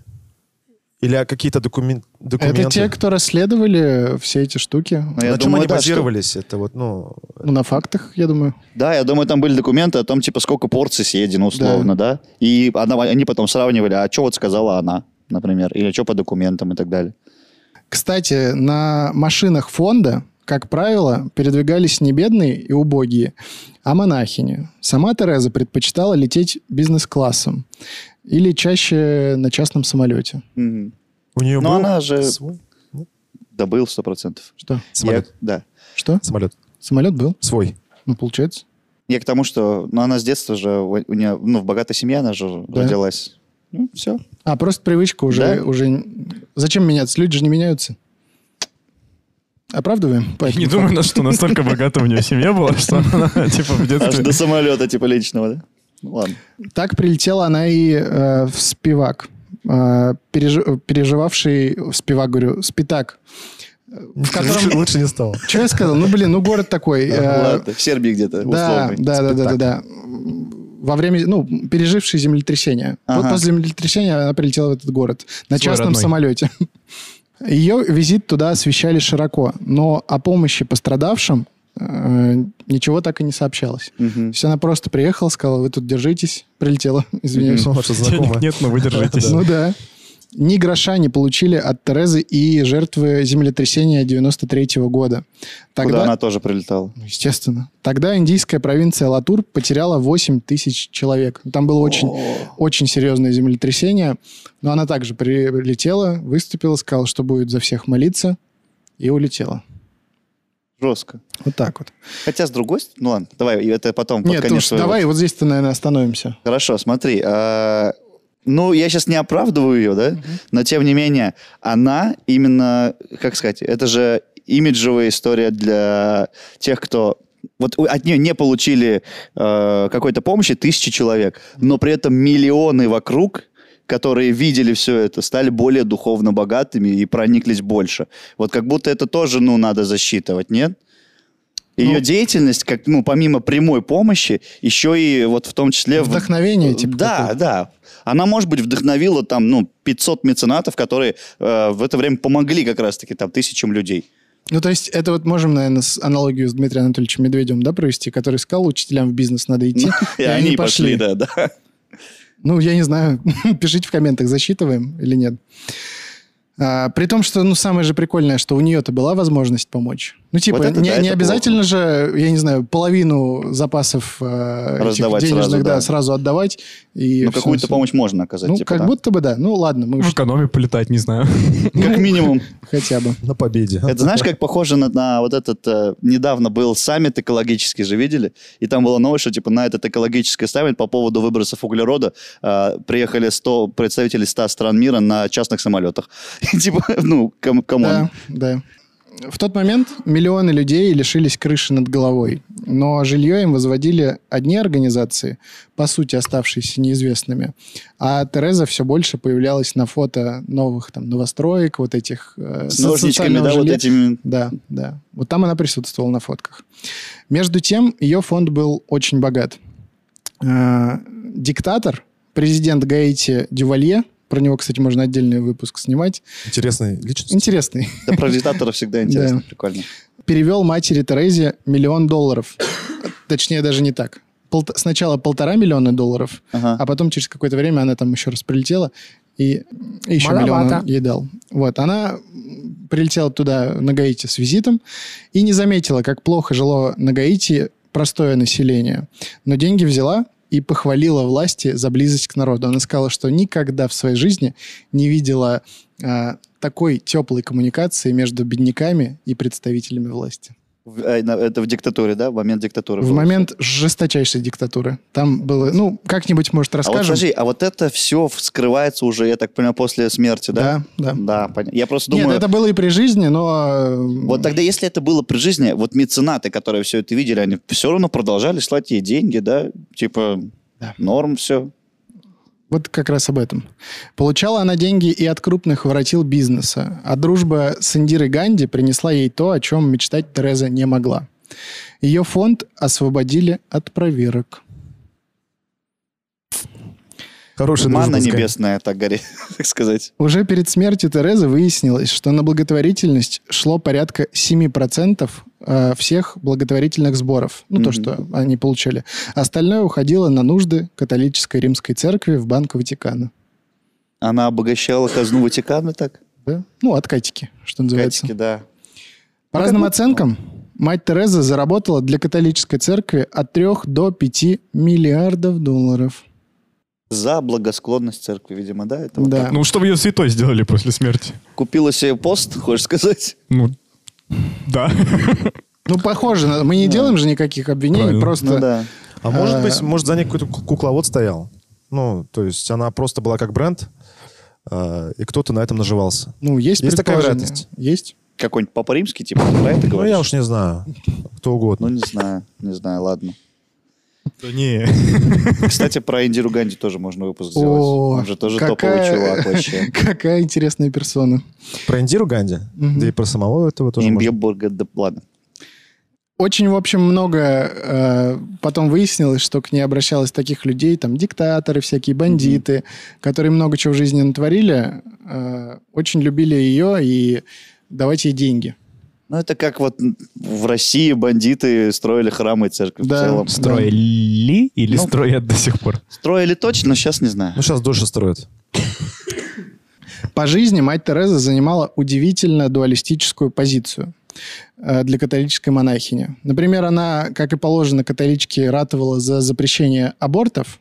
Или какие-то докумен- документы.
Это те, кто расследовали все эти штуки.
я
На чем
думаю,
они
да,
базировались? Это вот, ну...
Ну, на фактах, я думаю.
Да, я думаю, там были документы о том, типа, сколько порций съедено условно, да? И она, они потом сравнивали, а что вот сказала она, например, или что по документам и так далее.
Кстати, на машинах фонда, как правило, передвигались не бедные и убогие, а монахини. Сама Тереза предпочитала лететь бизнес-классом или чаще на частном самолете.
Мгм.
У нее
Ну,
Но
был
она же-
свой
Да, был 100%.
Что?
самолет.
Я- да.
Что?
Самолет.
Самолет был?
Свой.
Ну, получается.
Я к тому, что ну, она с детства же, у у нее, ну, в богатой семье она же
Да.
родилась. Ну, все.
А, просто привычка уже...
Да?
уже... Зачем меняться? Люди же не меняются. Оправдываем?
Я не
Поэтому-
думаю, на что настолько богата у нее семья была, что она типа в
Ну,
Аж
детстве...
до самолета, типа, личного, да? Ну, ладно.
Так прилетела она и э, в Спивак. Э, пережи- переживавший в Спивак, говорю, Спитак. В котором...
Лучше, лучше не стало.
Что я сказал? Ну, блин, ну город такой. э,
Ладно, в Сербии где-то,
Да,
условный.
да, да, да, да, да. Во время, ну, переживший землетрясение. Вот
Ага.
после землетрясения она прилетела в этот город на
Свой
частном
родной.
самолете. Ее визит туда освещали широко, но о помощи пострадавшим э, ничего так и не сообщалось. То
Мгм.
есть она просто приехала, сказала, вы тут держитесь, прилетела, извиняюсь.
Ну, вот что знакомое.
Денег нет, но вы держитесь.
Ну да. Ни гроша не получили от Терезы и жертвы землетрясения 93 года.
Куда
Тогда,
она тоже прилетала.
ну, естественно. Тогда индийская провинция Латур потеряла 8 тысяч человек. Там было очень, очень серьезное землетрясение. Но она также прилетела, выступила, сказала, что будет за всех молиться, и улетела.
Жестко.
Вот так вот.
Хотя с другой стороны... Ну ладно, давай, и это потом, под
Нет,
конец
уж
своего-
давай вот здесь-то, наверное, остановимся.
Хорошо, смотри. а, Ну, я сейчас не оправдываю ее, да? Но, тем не менее, она именно, как сказать, это же имиджевая история для тех, кто... Вот у- от нее не получили э, какой-то помощи тысячи человек, но при этом миллионы вокруг, которые видели все это, стали более духовно богатыми и прониклись больше. Вот как будто это тоже, ну, надо засчитывать, нет? Ее
Ну.
деятельность, как, ну, помимо прямой помощи, еще и вот в том числе... в-
Вдохновение, типа.
Э, да,
такое.
да. Она, может быть, вдохновила там, ну, 500 меценатов, которые э, в это время помогли как раз-таки там тысячам людей.
Ну, то есть, это вот можем, наверное, с аналогию с Дмитрием Анатольевичем Медведевым, да, провести, который сказал, учителям в бизнес надо идти,
И, они, пошли, да, да.
Ну, я не знаю. Пишите в комментах, засчитываем или нет. А, при том, что, ну, самое же прикольное, что у нее-то была возможность помочь. Ну, типа,
Вот это
не,
да,
не
это
обязательно же, я не знаю, половину запасов э, этих
Раздавать
денежных,
сразу,
да,
да.
сразу отдавать. И
Но
всё,
Ну, какую-то
всё.
помощь можно оказать.
Ну,
типа,
как
да. Ну,
будто бы да. Ну, ладно, мы
В
уж
экономе полетать, не знаю.
ну,
Как минимум.
хотя бы.
На победе.
Это знаешь, как похоже на, на вот этот... э, недавно был саммит экологический же, видели? И там была новость, что типа на этот экологический саммит по поводу выбросов углерода э, приехали 100 представителей 100 стран мира на частных самолетах. И типа, ну, кам- камон.
Да, да. В тот момент миллионы людей лишились крыши над головой, но жилье им возводили одни организации, по сути оставшиеся неизвестными, а Тереза все больше появлялась на фото новых там новостроек, вот этих э,
С
со-
ножничками,
социального
да, вот
жилья.
этими...
Да, да. Вот там она присутствовала на фотках. Между тем, ее фонд был очень богат. Э, Диктатор, президент Гаити Дювалье, про него, кстати, можно отдельный выпуск снимать,
Интересная личность.
интересный,
Да, про диктатора всегда интересно,
Да.
прикольно.
перевел матери Терезе миллион долларов. Точнее, даже не так. Полт- Сначала полтора миллиона долларов,
Ага.
а потом через какое-то время она там еще раз прилетела и и еще
Маловато.
миллион он ей дал. Вот, она м, прилетела туда на Гаити с визитом и не заметила, как плохо жило на Гаити простое население. Но деньги взяла и похвалила власти за близость к народу. Она сказала, что никогда в своей жизни не видела а, такой теплой коммуникации между бедняками и представителями власти.
В- э, на- Это в диктатуре, да? В момент диктатуры.
В
было.
момент жесточайшей диктатуры. Там было... Ну, как-нибудь, может,
А вот
расскажем.
скажи, а вот это все вскрывается уже, я так понимаю, после смерти, да?
да, да.
Да, понятно. Я просто думаю...
Нет, это было и при жизни, но... э,
Вот тогда, если это было при жизни, вот меценаты, которые все это видели, они все равно продолжали слать ей деньги, да? Типа,
Да.
норм все.
Вот как раз об этом. Получала она деньги и от крупных воротил бизнеса, а дружба с Индирой Ганди принесла ей то, о чем мечтать Тереза не могла. Ее фонд освободили от проверок.
Хорошая
Манна
дружба, скорее.
небесная, так горит, так сказать.
Уже перед смертью Терезы выяснилось, что на благотворительность шло порядка 7% э, всех благотворительных сборов, ну, то,
Мгм.
что они получали. Остальное уходило на нужды католической римской церкви в Банк Ватикана.
Она обогащала казну Ватикана так?
Да? Ну, откатики, что называется.
Катики, да.
По разным оценкам, мать Тереза заработала для католической церкви от 3 до 5 миллиардов долларов.
За благосклонность церкви, видимо, да? Это вот
да.
так.
Ну, чтобы ее святой сделали после смерти.
Купила себе пост, хочешь сказать?
Ну, да.
Ну, похоже, на- мы не делаем же никаких обвинений,
Правильно.
просто...
Ну да.
А может
А-
быть, может, за ней какой-то ку- кукловод стоял? Ну, то есть она просто была как бренд, э, и кто-то на этом наживался.
Ну, есть,
Есть такая
предположение.
вероятность?
Есть.
Какой-нибудь папа римский, типа, ты про это
Ну,
говоришь?
я уж не знаю. Кто
Ну,
угодно.
не знаю, не знаю, ладно.
Да не.
Кстати, про Индиру Ганди тоже можно выпуск сделать.
О,
Он же тоже топовый
какая-
чувак вообще.
Какая интересная персона.
Про Индиру Ганди,
Мгм.
да и про самого этого тоже можно.
Имбеборга, да ладно.
Очень, в общем, много э, потом выяснилось, что к ней обращалось таких людей, там, диктаторы, всякие бандиты, которые много чего в жизни натворили, э, очень любили ее и давать ей деньги.
Ну, это как вот в России бандиты строили храмы и церкви
Да.
в целом.
Строили или
Ну.
строят до сих пор?
Строили точно, но сейчас не знаю.
Ну, сейчас дольше строят.
По жизни мать Тереза занимала удивительно дуалистическую позицию э, для католической монахини. Например, она, как и положено католичке, ратовала за запрещение абортов,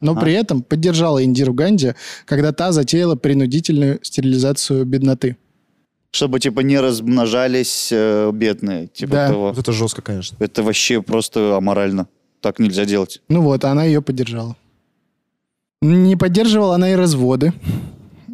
но
Ага.
при этом поддержала Индиру Ганди, когда та затеяла принудительную стерилизацию бедноты.
Чтобы, типа, не размножались э, бедные. Типа
Да.
того.
Вот это жестко, конечно.
Это вообще просто аморально. Так нельзя делать.
Ну вот, она ее поддержала. Не поддерживала она и разводы,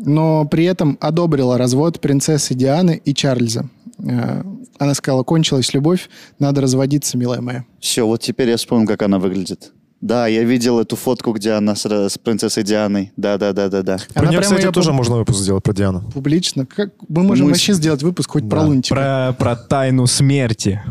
но при этом одобрила развод принцессы Дианы и Чарльза. Э, Она сказала, кончилась любовь, надо разводиться, милая моя.
Все, вот теперь я вспомнил, как она выглядит. Да, я видел эту фотку, где она с, с принцессой Дианой. Да-да-да-да-да.
Про
Она
нее,
прямо
кстати,
её
тоже можно выпуск сделать про Диану.
публично. Как мы можем
Мы с-
вообще сделать выпуск хоть про
Да.
Лунтика?
Про, про тайну смерти.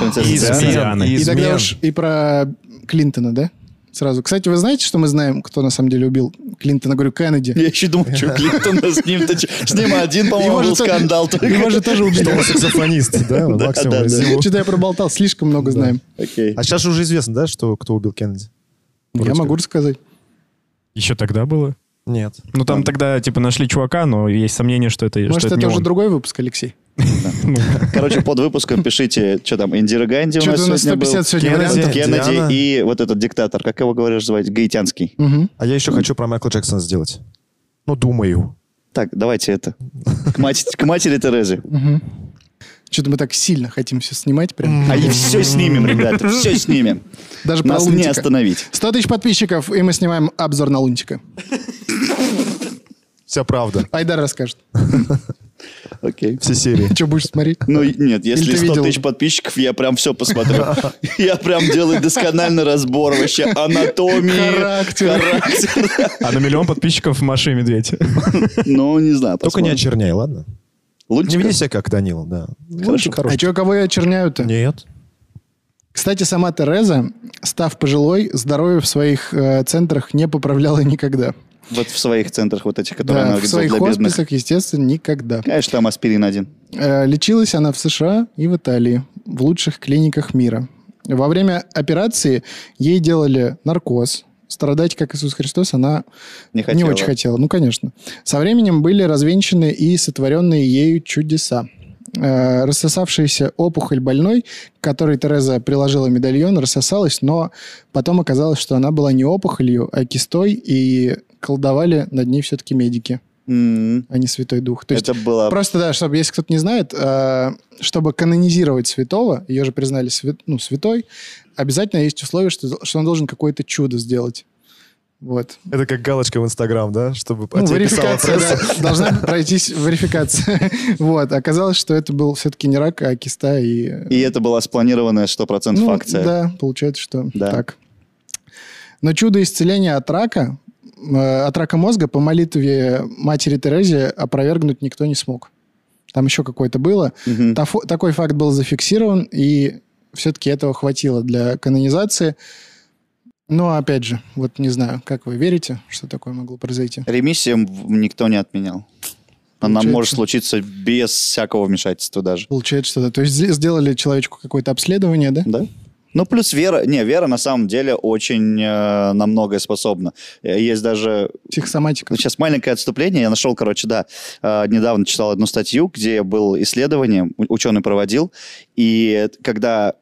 Принцесса
Измен.
Диана.
Дианы.
И тогда
измен.
уж и про Клинтона, да? Сразу. Кстати, вы знаете, что мы знаем, кто на самом деле убил Клинтона? Говорю, Кеннеди.
Я еще думал, что Клинтона с ним-то... чё- С ним один, по-моему,
Его же
был
то-
скандал.
Его же
только.
тоже убили.
Что он саксофонист, да?
Да,
максимум
да,
из
да.
него.
Что-то я проболтал, слишком много знаем.
Окей.
А сейчас же уже известно, да, что кто убил Кеннеди?
Я
Вроде
могу
как.
рассказать.
Еще тогда было?
Нет.
Ну, там тогда, типа, нашли чувака, но есть сомнение, что это,
Может,
что
это,
это не
уже
он.
другой выпуск, Алексей?
А, Короче, под выпуском пишите, что там, Индира Ганди у
Чё-то
нас
у нас
сегодня был.
150 сегодня
Кеннеди,
вариантов.
Кеннеди
Диана.
и вот этот диктатор, как его, говоришь, звать? Гаитянский.
Мгм.
А я еще хочу про Майкла Джексона сделать. Ну, думаю.
Так, давайте это. К мать- к матери Терезы.
Что-то мы так сильно хотим все снимать прям.
А и все снимем, ребята, все снимем.
Даже про
Нас не
Лунтика.
остановить.
100 тысяч подписчиков, и мы снимаем обзор на Лунтика.
Вся правда.
Айдар расскажет.
Окей.
Все серии.
Что будешь смотреть?
Ну, и- нет, если
ты
100
видел?
тысяч подписчиков, я прям все посмотрю. Я прям делаю доскональный разбор вообще анатомии,
Характера.
характера.
А на миллион подписчиков Маша и Медведь.
Ну, не знаю,
Только не
посмотрим.
очерняй, ладно? Не
Лунтика?
веди себя как Данил, да. Лучше
А
хороший.
что, кого я очерняю-то?
Нет.
Кстати, сама Тереза, став пожилой, здоровье в своих э, центрах не поправляла никогда.
Вот в своих центрах вот этих, которые она
Да, в
организовала
своих
для бедных.
хосписах, естественно, никогда.
Конечно, там аспирин один.
Э, Лечилась она в США и в Италии, в лучших клиниках мира. Во время операции ей делали наркоз. Страдать, как Иисус Христос, она
Не
не,
хотела.
очень хотела. Ну, конечно. Со временем были развенчаны и сотворенные ею чудеса. Э, Рассосавшаяся опухоль больной, к которой Тереза приложила медальон, рассосалась, но потом оказалось, что она была не опухолью, а кистой, и колдовали над ней все-таки медики,
М,
а не Святой Дух. То есть
М-м. Это было...
Просто, да, чтобы, если кто-то не знает, э, чтобы канонизировать святого, ее же признали свя- ну, святой, обязательно есть условие, что, что он должен какое-то чудо сделать. Вот.
Это как галочка в Инстаграм, да? Чтобы о
Ну,
тебе писала
верификация,
пресса.
да, должна пройтись верификация. Вот. Оказалось, что это был все-таки не рак, а киста и...
И это была спланированная 100%
ну,
акция.
Да, получается, что
Да.
так. Но чудо исцеления от рака, э, от рака мозга по молитве матери Терезе опровергнуть никто не смог. Там еще какое-то было.
Мгм.
Тафо- такой факт был зафиксирован, и все-таки этого хватило для канонизации. Но опять же, вот не знаю, как вы верите, что такое могло произойти.
Ремиссия в- никто не отменял. Она
Получается.
может случиться без всякого вмешательства даже.
Получается что-то. То есть зе- сделали человечку какое-то обследование, да?
Да? Ну, плюс вера... Не, вера на самом деле очень э, на многое способна. Э, Есть даже
Психосоматика.
Ну, Сейчас маленькое отступление. Я нашел, короче, да, э, недавно читал одну статью, где было исследование, у- ученый проводил, и когда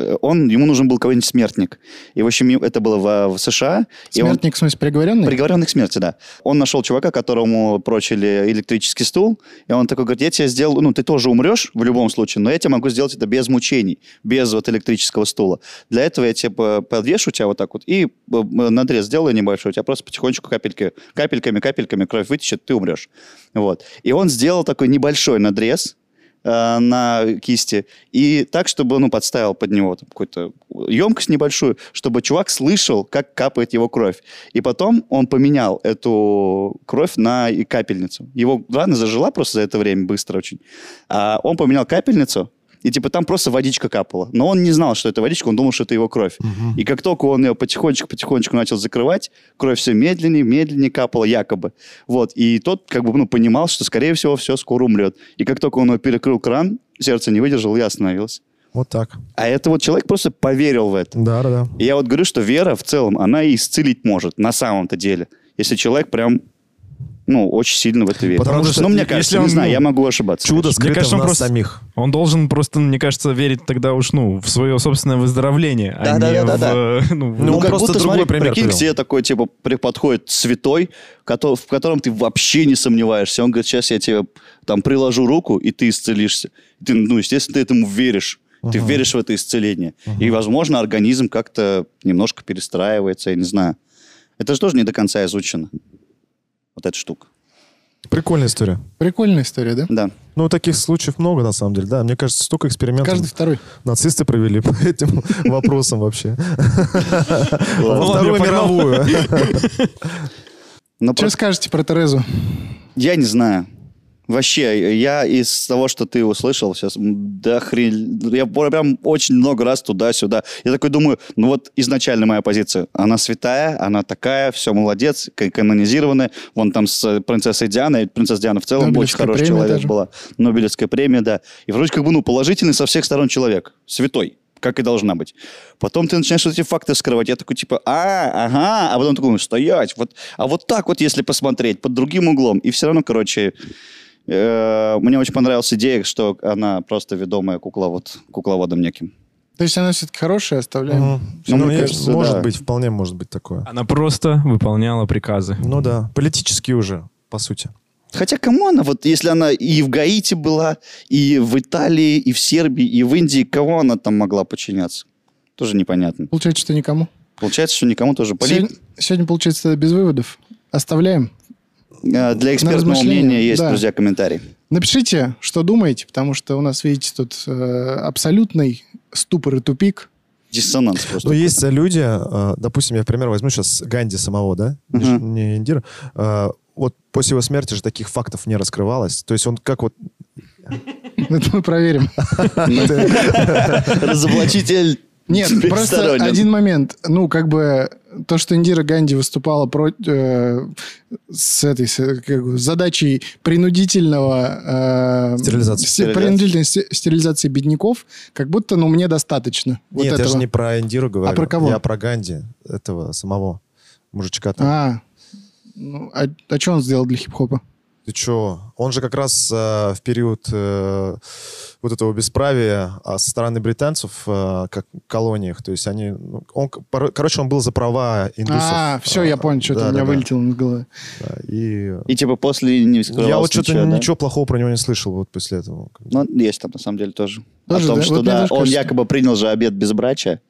э, он, ему нужен был какой-нибудь смертник. И, в общем, е- это было в, в США. и он-
Смертник, в смысле, приговоренный?
Приговоренный к смерти, да. Он нашел чувака, которому прочили электрический стул, и он такой говорит, я тебе сделал, ну, ты тоже умрешь в любом случае, но я тебе могу сделать это без мучений, без вот электрического стула. Для этого я тебе по- подвешу тебя вот так вот и э, м, надрез сделаю небольшой, у тебя просто потихонечку капельки, капельками, капельками кровь вытечет, ты умрешь. Вот. И он сделал такой небольшой надрез, э, на кисти, и так, чтобы, ну, подставил под него там какую-то емкость небольшую, чтобы чувак слышал, как капает его кровь. И потом он поменял эту кровь на и капельницу. Его рана зажила просто за это время быстро очень. А он поменял капельницу, и типа там просто водичка капала. Но он не знал, что это водичка, он думал, что это его кровь. И как только он ее потихонечку-потихонечку начал закрывать, кровь все медленнее, медленнее капала якобы. Вот. И тот как бы ну, понимал, что, скорее всего, все скоро умрет. И как только он ее перекрыл кран, сердце не выдержало и остановилось.
Вот так.
А это вот человек просто поверил в это.
Да, да, да.
И я вот говорю, что вера в целом, она и исцелить может на самом-то деле. Если человек прям, ну, очень сильно в это верит.
Потому что
ну, мне
если
кажется,
он,
не знаю,
ну,
я могу ошибаться.
Чудо
Мне
скрыто
кажется,
в
он
нас
просто-
самих.
Он должен просто, ну, мне кажется, верить тогда уж, ну, в свое собственное выздоровление, а не
Да-да-да-да-да.
в, э, ну, в-
Ну, он
как
просто
будто,
другой
смотри,
пример
прикинь,
привел.
к тебе такой, типа, при- подходит святой, кото- в котором ты вообще не сомневаешься. Он говорит, сейчас я тебе там приложу руку, и ты исцелишься. Ты, ну, естественно, ты этому веришь. Ты веришь в это исцеление. И, возможно, организм как-то немножко перестраивается, я не знаю. Это же тоже не до конца изучено. Вот эта штука.
Прикольная история.
Прикольная история, да?
Да.
Ну, таких случаев много, на самом деле, да. Мне кажется, столько экспериментов
Каждый второй.
нацисты провели по этим вопросам вообще.
Ладно,
Во Вторую
я погнал.
мировую.
Ну,
Что скажете про Терезу?
Я не знаю. Вообще, я из того, что ты услышал сейчас, м, да хрень, я пор- прям очень много раз туда-сюда. Я такой думаю, ну вот изначально моя позиция, она святая, она такая, все молодец, к- канонизированная. Вон там с э, принцессой Дианой, принцесса Диана в целом очень
Нобелевская
хороший
премия
человек
даже.
была. Нобелевская премия, да. И вроде как бы, ну, положительный со всех сторон человек, святой как и должна быть. Потом ты начинаешь вот эти факты скрывать. Я такой, типа, а, ага, а потом такой, стоять, вот, а вот так вот, если посмотреть, под другим углом. И все равно, короче, Э, Мне очень понравилась идея, что она просто ведомая кукловод, кукловодом неким.
То есть она все-таки хорошая, оставляем.
Мгм.
Ну,
Ну,
мне
я-
кажется,
может
да.
быть, вполне может быть такое.
Она просто выполняла приказы.
Ну да, политически уже, по сути.
Хотя, кому она, вот если она и в Гаити была, и в Италии, и в Сербии, и в Индии, кого она там могла подчиняться? Тоже непонятно.
Получается, что никому.
Получается, что никому тоже... поли-
Сегодня, сегодня, получается, тогда без выводов. Оставляем.
Э, Для экспертного
размышление,
мнения есть,
да.
друзья, комментарий.
Напишите, что думаете, потому что у нас, видите, тут э, абсолютный ступор и тупик.
Диссонанс
Но
Ну,
просто.
Ну, есть люди, э, допустим, я в пример возьму сейчас Ганди самого, да, не ш-
Мгм.
не Индира. Э, Вот после его смерти же таких фактов не раскрывалось. То есть он как вот...
Это мы проверим.
Разоблачитель
Нет, просто
бессторонен.
один момент. Ну, как бы то, что Индира Ганди выступала про- э, с этой с, э, как бы, задачей принудительного э,
Стерилизации.
сте- принудительной сте- стерилизации бедняков, как будто, ну, мне достаточно. Вот
Нет, я
этого.
же не про Индиру говорю.
про кого?
Я про Ганди, этого самого мужичка там.
А, ну, а, что он сделал для хип-хопа?
Ты чё? Он же как раз э, в период э, вот этого бесправия а, со стороны британцев, э, как в колониях, то есть они... ну, Он, к- поро- короче, он был за права индусов.
А, все,
А,
я понял, что-то
да,
у меня
да, да,
вылетело из головы.
да. И
И типа после не вскрывалось
я вот что-то
ничего, да?
ничего плохого про него не слышал вот после этого.
Ну, есть там на самом деле тоже.
Тоже,
О том,
да?
что
Вот мне
да,
тоже
он
кажется.
якобы принял же обед безбрачия,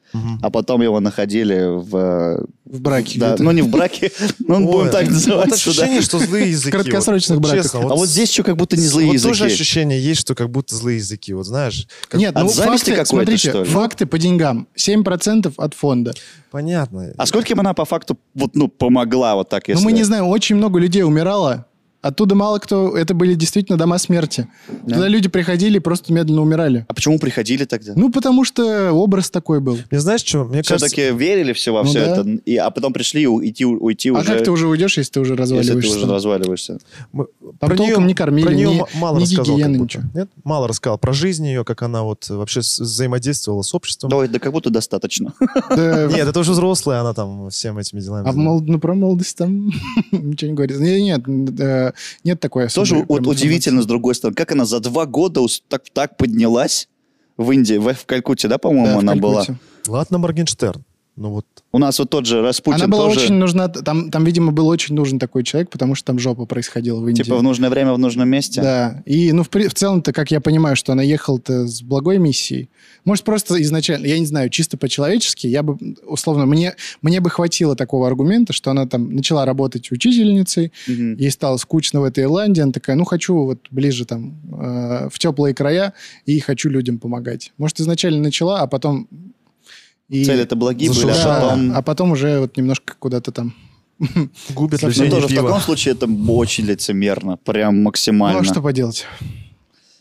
а потом его находили в... э,
В браке.
Да,
где-то.
ну не в браке, ну будем так называть.
Вот
что, да.
ощущение, что злые языки. вот,
Краткосрочных
вот
браках.
честно,
А вот здесь что, как будто не злые
вот тоже
языки.
ощущение есть, что как будто злые языки, вот знаешь. как-
Нет,
От
ну факты,
зависти какой-то,
смотрите,
что ли?
факты по деньгам. 7% от фонда.
Понятно.
А сколько им она по факту вот, ну, помогла вот так, если...
Ну, мы не знаем, очень много людей умирало. Оттуда мало кто... Это были действительно дома смерти. Туда люди приходили и просто медленно умирали.
А почему приходили тогда?
Ну, потому что образ такой был.
Мне знаешь, что? Мне кажется,
Все-таки верили все во
Ну
все
да.
это, и, а потом пришли и уйти, уйти
А
уже,
как ты уже уйдешь, если ты уже
если ты
разваливаешься?
уже разваливаешься.
Мы-
Там толком
неё-
не кормили,
про неё
ни-
м- мало
ни
рассказал. как
гигиены,
будто.
ничего.
Нет, мало рассказал про жизнь ее, как она вот вообще с- взаимодействовала с обществом.
Давай, да как будто достаточно.
Да,
Нет, это уже взрослая, она там всем этими делами.
А в молод- ну, про молодость там ничего не говорится. Нет, нет, э, нет такой особой.
Тоже вот
прям
удивительно, с другой стороны, как она за два года ус- так, так поднялась в Индии, в, в Калькутте, да,
информации.
по-моему,
Да, в
она была?
Калькутте.
Ладно, Моргенштерн. Ну вот.
У нас вот тот же Распутин
Она была
тоже,
очень нужна, там, там, видимо, был очень нужен такой человек, потому что там жопа происходила в Индии.
типа, в нужное время, в нужном месте.
Да, и ну в, при- в целом-то, как я понимаю, что она ехала-то с благой миссией. Может, просто изначально, я не знаю, чисто по-человечески, я бы, условно, мне, мне бы хватило такого аргумента, что она там начала работать учительницей,
Мгм.
ей стало скучно в этой Ирландии, она такая, ну, хочу вот ближе там э, в теплые края и хочу людям помогать. Может, изначально начала, а потом... И...
Цели это благие были,
Слушай,
Да, а,
а потом...
потом... уже вот немножко куда-то там...
Губит
Совсем.
Ну,
людей
тоже в
пиво.
таком случае это очень лицемерно, прям
Ну,
максимально.
а что поделать?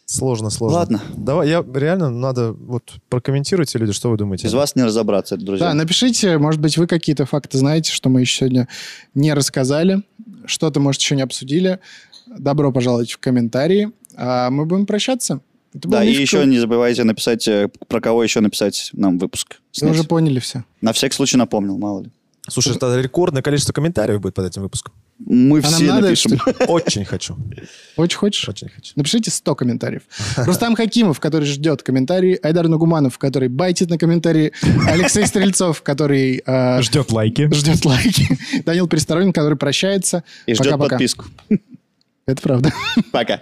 Сложно, сложно.
Ладно.
Давай, я реально надо вот прокомментируйте, люди, что вы думаете.
Без вас не разобраться, друзья.
Да, напишите, может быть, вы какие-то факты знаете, что мы еще сегодня не рассказали, что-то, может, еще не обсудили. Добро пожаловать в комментарии. А мы будем прощаться. Это был
Да, и
Мишка.
еще не забывайте написать, э, про кого еще написать нам выпуск.
Вы
снять.
уже поняли все.
На всякий случай напомнил, мало ли.
Слушай, это рекордное количество комментариев будет под этим выпуском.
Мы
А нам
все
надо,
напишем.
что ли?
Очень хочу.
Очень хочешь?
Очень хочу.
Напишите 100 комментариев. Рустам Хакимов, который ждет комментарии. Айдар Нагуманов, который байтит на комментарии. Алексей Стрельцов, который э,
Ждет лайки.
ждет лайки. Данил Пересторонин, который прощается.
И ждет
Пока-пока.
подписку.
Это правда.
Пока.